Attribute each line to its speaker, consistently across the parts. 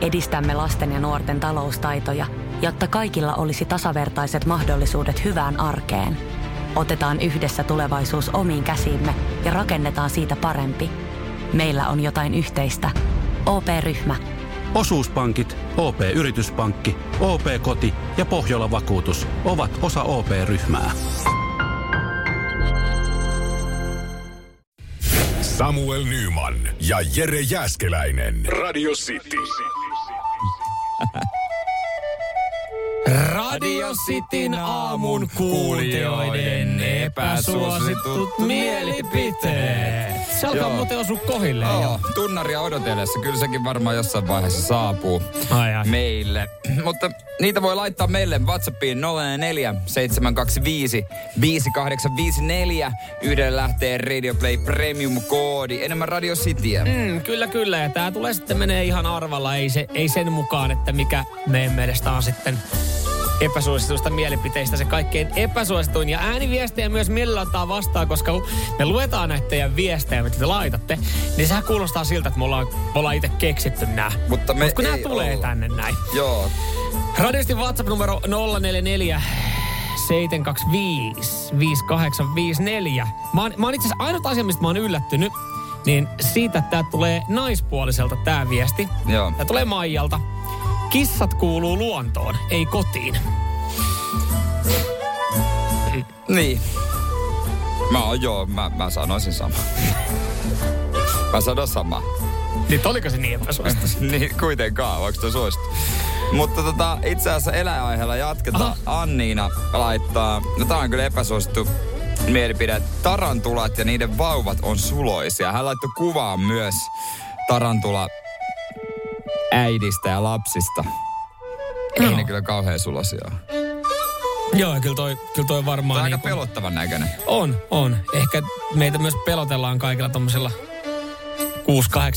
Speaker 1: Edistämme lasten ja nuorten taloustaitoja, jotta kaikilla olisi tasavertaiset mahdollisuudet hyvään arkeen. Otetaan yhdessä tulevaisuus omiin käsiimme ja rakennetaan siitä parempi. Meillä on jotain yhteistä. OP-ryhmä.
Speaker 2: Osuuspankit, OP-yrityspankki, OP-koti ja Pohjola Vakuutus ovat osa OP-ryhmää.
Speaker 3: Samuel Nyman ja Jere Jäskeläinen. Radio City.
Speaker 4: Radio Cityn aamun kuulijoiden epäsuositut mielipiteet. Se alkaa
Speaker 5: Joo.
Speaker 4: muuten osua kohille.
Speaker 5: Joo, tunnaria odotellessa. Kyllä sekin varmaan jossain vaiheessa saapuu
Speaker 4: Ai, ai.
Speaker 5: meille. Mutta niitä voi laittaa meille WhatsAppiin 04 725 5854. Yhden lähtee Radio Play Premium-koodi. Enemmän Radio Cityä.
Speaker 4: Mm, kyllä, kyllä. Ja tää tulee sitten menee ihan arvalla. Ei, se, ei sen mukaan, että mikä meidän mielestä on sitten epäsuosituista mielipiteistä se kaikkein epäsuosituin. Ja ääniviestejä myös millä ottaa vastaan, koska kun me luetaan näitä teidän viestejä, mitä te laitatte, niin sehän kuulostaa siltä, että me ollaan, me ollaan itse keksitty nämä.
Speaker 5: Mutta me
Speaker 4: Mut kun nämä
Speaker 5: ei
Speaker 4: tulee
Speaker 5: olla.
Speaker 4: tänne näin.
Speaker 5: Joo.
Speaker 4: Radiosti WhatsApp-numero 044 725 5854. Mä oon, mä oon itse asiassa ainut asia, mistä mä oon yllättynyt, niin siitä, että tää tulee naispuoliselta tää viesti.
Speaker 5: Joo.
Speaker 4: Tää tulee Maijalta. Kissat kuuluu luontoon, ei kotiin.
Speaker 5: Niin. Mä oon joo, mä, mä sanoisin sama. mä sanon sama.
Speaker 4: Nyt oliko se niin epäsuosittu?
Speaker 5: niin, kuitenkaan, onko se suosittu? Mutta tota, itse asiassa eläinaiheella jatketaan.
Speaker 4: Aha.
Speaker 5: Anniina laittaa, no tää on kyllä epäsuosittu mielipide, tarantulat ja niiden vauvat on suloisia. Hän laittoi kuvaa myös tarantula äidistä ja lapsista. Ei
Speaker 4: Joo.
Speaker 5: ne kyllä kauhean sulosia. ole. Tää
Speaker 4: Joo, ja kyllä toi, kyllä toi
Speaker 5: on
Speaker 4: varmaan...
Speaker 5: aika
Speaker 4: niinku-
Speaker 5: pelottavan näköinen.
Speaker 4: On, on. Ehkä meitä myös pelotellaan kaikilla tommosilla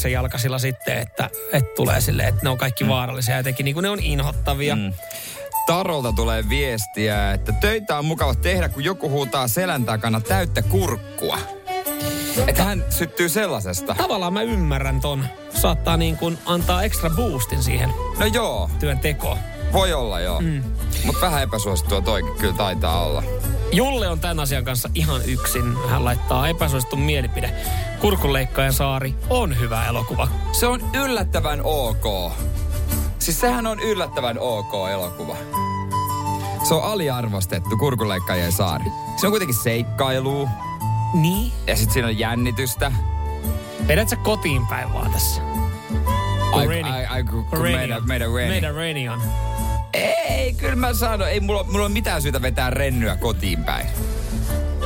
Speaker 4: 6-8 jalkasilla sitten, että, että tulee silleen, että ne on kaikki vaarallisia jotenkin, niin kuin ne on inhottavia. Mm.
Speaker 5: Tarolta tulee viestiä, että töitä on mukava tehdä, kun joku huutaa selän takana täyttä kurkkua. Että hän syttyy sellaisesta.
Speaker 4: Tavallaan mä ymmärrän ton. Saattaa niin kuin antaa ekstra boostin siihen
Speaker 5: No joo,
Speaker 4: työn tekoon.
Speaker 5: voi olla joo. Mm. Mutta vähän epäsuosittua toi kyllä taitaa olla.
Speaker 4: Julle on tämän asian kanssa ihan yksin. Hän laittaa epäsuosittu mielipide. Kurkunleikkaajan saari on hyvä elokuva.
Speaker 5: Se on yllättävän ok. Siis sehän on yllättävän ok elokuva. Se on aliarvostettu, kurkuleikkaajien saari. Se on kuitenkin seikkailu
Speaker 4: Niin?
Speaker 5: ja sitten siinä on jännitystä.
Speaker 4: Vedät sä kotiin päin vaan tässä?
Speaker 5: Ai,
Speaker 4: Reni.
Speaker 5: ai, ai, kun, kun
Speaker 4: Reni
Speaker 5: meidän,
Speaker 4: on.
Speaker 5: meidän Reni.
Speaker 4: Meidän Reni on.
Speaker 5: Ei, kyllä mä sanon. Ei mulla, mulla ole mitään syytä vetää rennyä kotiin päin.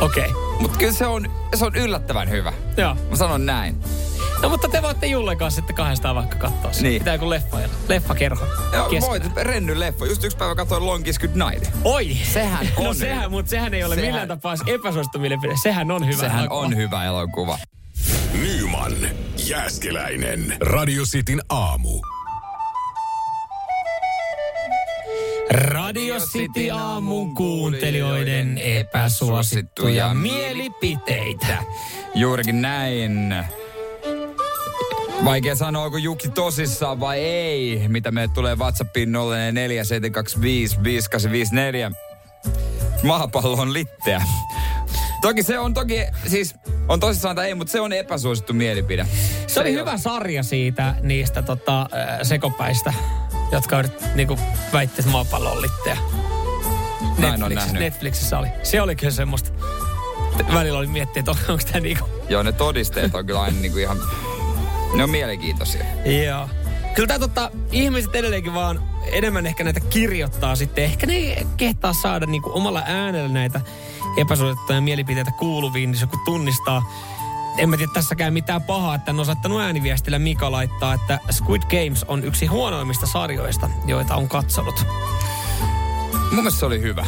Speaker 4: Okei.
Speaker 5: Mutta kyllä se on, se on yllättävän hyvä.
Speaker 4: Joo.
Speaker 5: Mä sanon näin.
Speaker 4: No mutta te voitte Julle kanssa sitten kahdestaan vaikka katsoa sen.
Speaker 5: Niin.
Speaker 4: Niin. Pitää kuin leffailla. Leffakerho.
Speaker 5: Joo,
Speaker 4: Keskenään.
Speaker 5: Voit, renny leffa. Just yksi päivä katsoin Long Is Good Night.
Speaker 4: Oi!
Speaker 5: Sehän on
Speaker 4: No sehän, mutta sehän ei ole
Speaker 5: Sehän-
Speaker 4: sehän... millään tapaa epäsuosittu mielipide. Sehän on hyvä.
Speaker 5: Sehän
Speaker 4: elokuva.
Speaker 5: on hyvä elokuva.
Speaker 3: Nyman, Jäskeläinen. Radio Cityn aamu.
Speaker 4: Radio City aamun kuuntelijoiden epäsuosittuja mielipiteitä.
Speaker 5: Juurikin näin. Vaikea sanoa, onko Jukki tosissaan vai ei, mitä meille tulee WhatsAppiin 0472555854. Maapallo on litteä. Toki se on toki, siis on tosissaan tai ei, mutta se on epäsuosittu mielipide.
Speaker 4: Se oli
Speaker 5: ei
Speaker 4: hyvä
Speaker 5: ole-
Speaker 4: sarja siitä niistä tota, äh, sekopäistä, jotka yrit, niinku, väitti, että maapallo on litteä.
Speaker 5: Mä en ole
Speaker 4: Netflixissä,
Speaker 5: nähnyt.
Speaker 4: Netflixissä oli. Se oli kyllä semmoista. Välillä oli miettiä, että on, onko tämä niinku...
Speaker 5: Joo, ne todisteet on kyllä aina niinku ihan, ne on mielenkiintoisia.
Speaker 4: Joo. Kyllä tää tota, ihmiset edelleenkin vaan enemmän ehkä näitä kirjoittaa sitten. Ehkä ne ei kehtaa saada niinku omalla äänellä näitä epäsuosittuja mielipiteitä kuuluviin, niin se kun tunnistaa. En mä tiedä tässäkään mitään pahaa, että en ole saattanut ääniviestillä Mika laittaa, että Squid Games on yksi huonoimmista sarjoista, joita on katsonut.
Speaker 5: Mun mielestä se oli hyvä.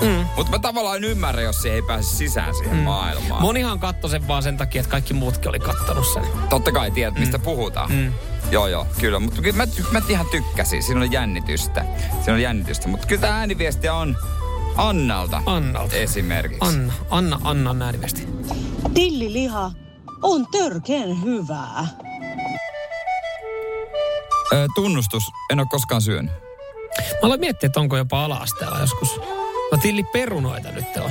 Speaker 5: Mm. Mutta mä tavallaan ymmärrän, jos se ei pääse sisään siihen mm. maailmaan.
Speaker 4: Monihan katsoi sen vaan sen takia, että kaikki muutkin oli kattonut sen.
Speaker 5: Totta kai tiedät, mistä puhutaan. Mm. Joo, joo, kyllä. Mutta kyllä mä, ty- mä ihan tykkäsin. Siinä oli jännitystä. Siinä oli jännitystä. Mutta kyllä tämä ääniviesti on Annalta
Speaker 4: Annalta.
Speaker 5: esimerkiksi.
Speaker 4: Anna, Anna, Anna on ääniviesti.
Speaker 6: Tilliliha on törkeen hyvää.
Speaker 5: Ö, tunnustus, en ole koskaan syönyt.
Speaker 4: Mä aloin miettiä, että onko jopa ala-asteella joskus. No tilliperunoita nyt on.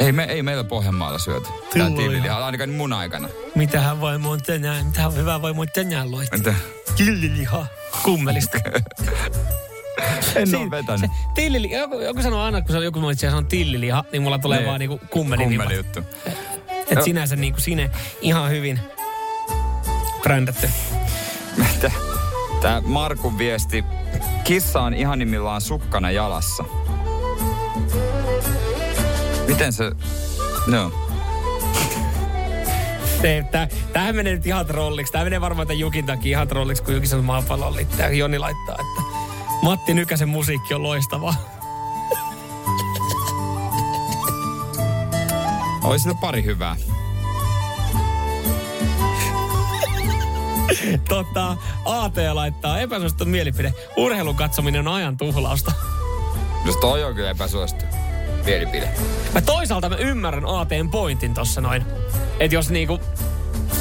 Speaker 5: Ei, me, ei meillä Pohjanmaalla syöty. Tää
Speaker 4: Tullia.
Speaker 5: tiililihaa, ainakaan mun aikana.
Speaker 4: Mitähän voi mun tänään, mitähän hyvää voi mun tänään loittaa.
Speaker 5: Mitä?
Speaker 4: Tilliliha. Kummelista.
Speaker 5: En
Speaker 4: Siin-
Speaker 5: ole vetänyt.
Speaker 4: se Tilliliha, joku, joku sanoo aina, kun se on- joku mainitsee sanon tilliliha, niin mulla tulee
Speaker 5: Niin.
Speaker 4: vaan niinku kummelin
Speaker 5: Kummeli
Speaker 4: vipat.
Speaker 5: juttu.
Speaker 4: Et sinänsä niinku sinne ihan hyvin brändätty.
Speaker 5: Tää Markun viesti. Kissa on ihanimmillaan sukkana jalassa. Miten se... No.
Speaker 4: Se, tää, tämähän menee nyt ihan trolliksi. Tämä menee varmaan tämän Jukin takia ihan trolliksi, kun Jukin sanoo maapallon liittää. Joni laittaa, että Matti Nykäsen musiikki on loistavaa.
Speaker 5: Oli sillä pari hyvää.
Speaker 4: Tota, AT laittaa epäsuosittu mielipide. Urheilun katsominen on ajan tuhlausta.
Speaker 5: Jos toi on kyllä epäsuosittu. Mielipide.
Speaker 4: Mä toisaalta mä ymmärrän ATn pointin tossa noin. Että jos niinku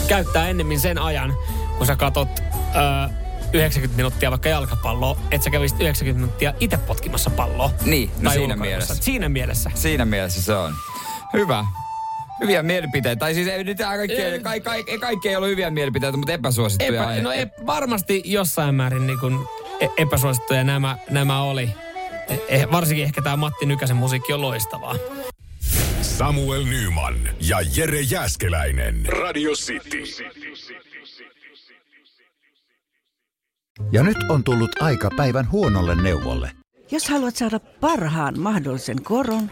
Speaker 4: käyttää ennemmin sen ajan, kun sä katot öö, 90 minuuttia vaikka jalkapalloa, että sä kävisit 90 minuuttia itse potkimassa palloa.
Speaker 5: Niin, no
Speaker 4: Tai
Speaker 5: siinä
Speaker 4: ulkoilemassa.
Speaker 5: mielessä.
Speaker 4: Siinä mielessä.
Speaker 5: Siinä mielessä se on. Hyvä. Hyviä mielipiteitä. Tai siis ei nyt tää kaikki,
Speaker 4: Ei.
Speaker 5: kaikki, kaikki, kaikki ei ole hyviä mielipiteitä, mutta epäsuosittuja.
Speaker 4: Epä,
Speaker 5: aihe-
Speaker 4: no ep, varmasti jossain määrin niin kun e- epäsuosittuja nämä, nämä oli. E- E, varsinkin ehkä tämä Matti Nykäsen musiikki on loistavaa.
Speaker 3: Samuel Nyman ja Jere Jäskeläinen. Radio City.
Speaker 6: Ja nyt on tullut aika päivän huonolle neuvolle.
Speaker 7: Jos haluat saada parhaan mahdollisen koron,